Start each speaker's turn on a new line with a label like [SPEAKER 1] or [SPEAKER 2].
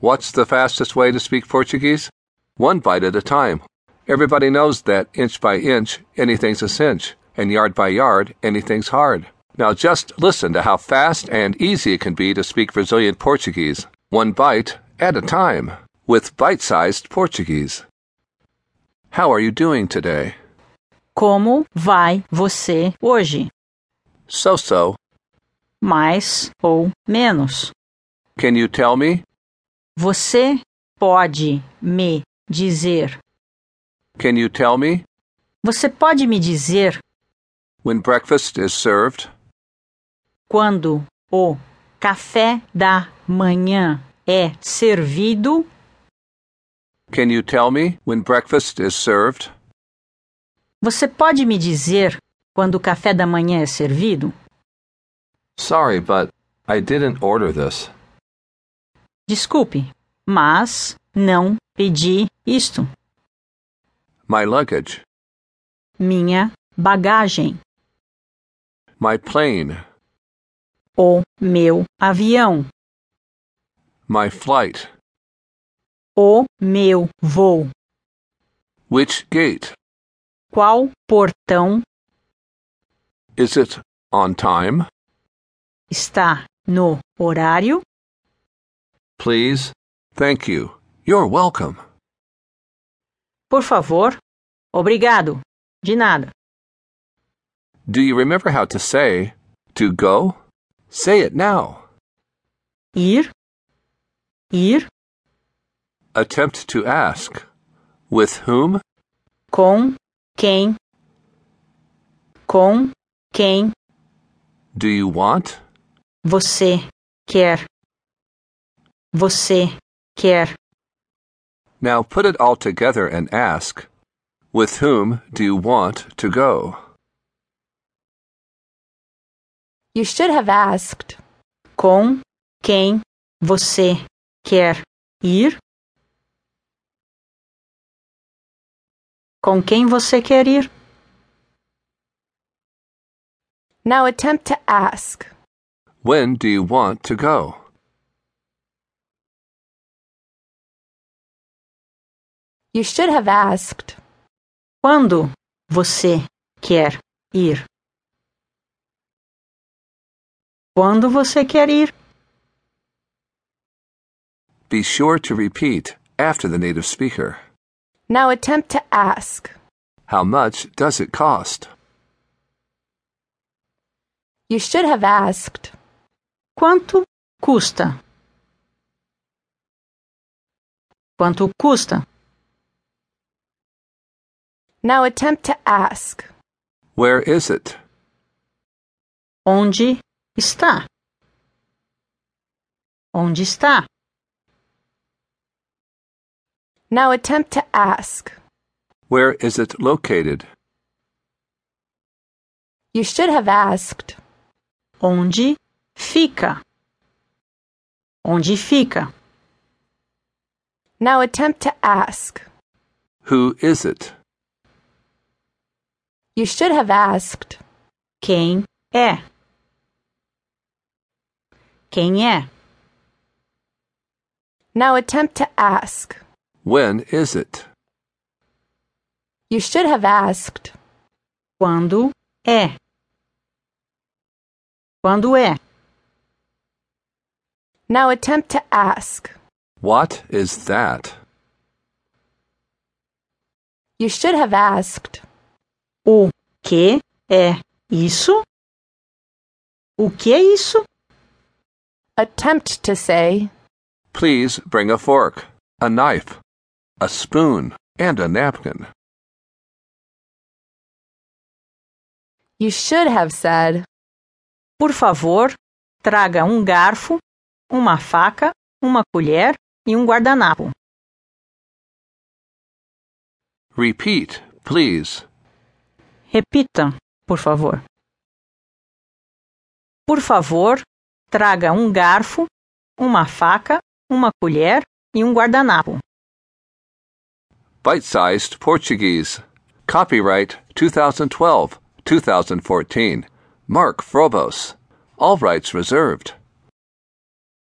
[SPEAKER 1] What's the fastest way to speak Portuguese? One bite at a time. Everybody knows that inch by inch, anything's a cinch, and yard by yard, anything's hard. Now just listen to how fast and easy it can be to speak Brazilian Portuguese, one bite at a time, with bite sized Portuguese. How are you doing today?
[SPEAKER 2] Como vai você hoje?
[SPEAKER 1] So so.
[SPEAKER 2] Mais ou menos.
[SPEAKER 1] Can you tell me?
[SPEAKER 2] Você pode me dizer?
[SPEAKER 1] Can you tell me?
[SPEAKER 2] Você pode me dizer
[SPEAKER 1] When breakfast is served,
[SPEAKER 2] quando o café da manhã é servido?
[SPEAKER 1] can you tell me when breakfast is served?
[SPEAKER 2] Você pode me dizer quando o café da manhã é servido?
[SPEAKER 1] Sorry, but I didn't order this.
[SPEAKER 2] Desculpe, mas não pedi isto.
[SPEAKER 1] My luggage,
[SPEAKER 2] Minha bagagem,
[SPEAKER 1] my plane,
[SPEAKER 2] o meu avião,
[SPEAKER 1] my flight.
[SPEAKER 2] o meu voo.
[SPEAKER 1] Which gate?
[SPEAKER 2] Qual portão
[SPEAKER 1] Is it on time?
[SPEAKER 2] está no horário?
[SPEAKER 1] Please. Thank you. You're welcome.
[SPEAKER 2] Por favor. Obrigado. De nada.
[SPEAKER 1] Do you remember how to say to go? Say it now.
[SPEAKER 2] Ir. Ir
[SPEAKER 1] Attempt to ask. With whom?
[SPEAKER 2] com quem? Com quem
[SPEAKER 1] Do you want?
[SPEAKER 2] você quer? Você quer
[SPEAKER 1] Now put it all together and ask, With whom do you want to go?
[SPEAKER 3] You should have asked.
[SPEAKER 2] com quem você quer ir? Com quem você quer ir?
[SPEAKER 3] Now attempt to ask.
[SPEAKER 1] When do you want to go?
[SPEAKER 3] You should have asked.
[SPEAKER 2] Quando você quer ir? Quando você quer ir?
[SPEAKER 1] Be sure to repeat after the native speaker.
[SPEAKER 3] Now attempt to ask.
[SPEAKER 1] How much does it cost?
[SPEAKER 3] You should have asked.
[SPEAKER 2] Quanto custa? Quanto custa?
[SPEAKER 3] Now attempt to ask.
[SPEAKER 1] Where is it?
[SPEAKER 2] Onde está? Onde está?
[SPEAKER 3] Now attempt to ask.
[SPEAKER 1] Where is it located?
[SPEAKER 3] You should have asked.
[SPEAKER 2] Onde fica? Onde fica?
[SPEAKER 3] Now attempt to ask.
[SPEAKER 1] Who is it?
[SPEAKER 3] You should have asked.
[SPEAKER 2] Quem é? Quem é?
[SPEAKER 3] Now attempt to ask.
[SPEAKER 1] When is it?
[SPEAKER 3] You should have asked.
[SPEAKER 2] Quando é? Quando é?
[SPEAKER 3] Now attempt to ask.
[SPEAKER 1] What is that?
[SPEAKER 3] You should have asked.
[SPEAKER 2] O que é isso? O que é isso?
[SPEAKER 3] Attempt to say.
[SPEAKER 1] Please bring a fork, a knife, a spoon, and a napkin.
[SPEAKER 3] You should have said.
[SPEAKER 2] Por favor, traga um garfo, uma faca, uma colher e um guardanapo.
[SPEAKER 1] Repeat, please.
[SPEAKER 2] Repita, por favor. Por favor, traga um garfo, uma faca, uma colher e um guardanapo.
[SPEAKER 1] Bite sized Portuguese. Copyright 2012 2014. Mark Frobos. All rights reserved.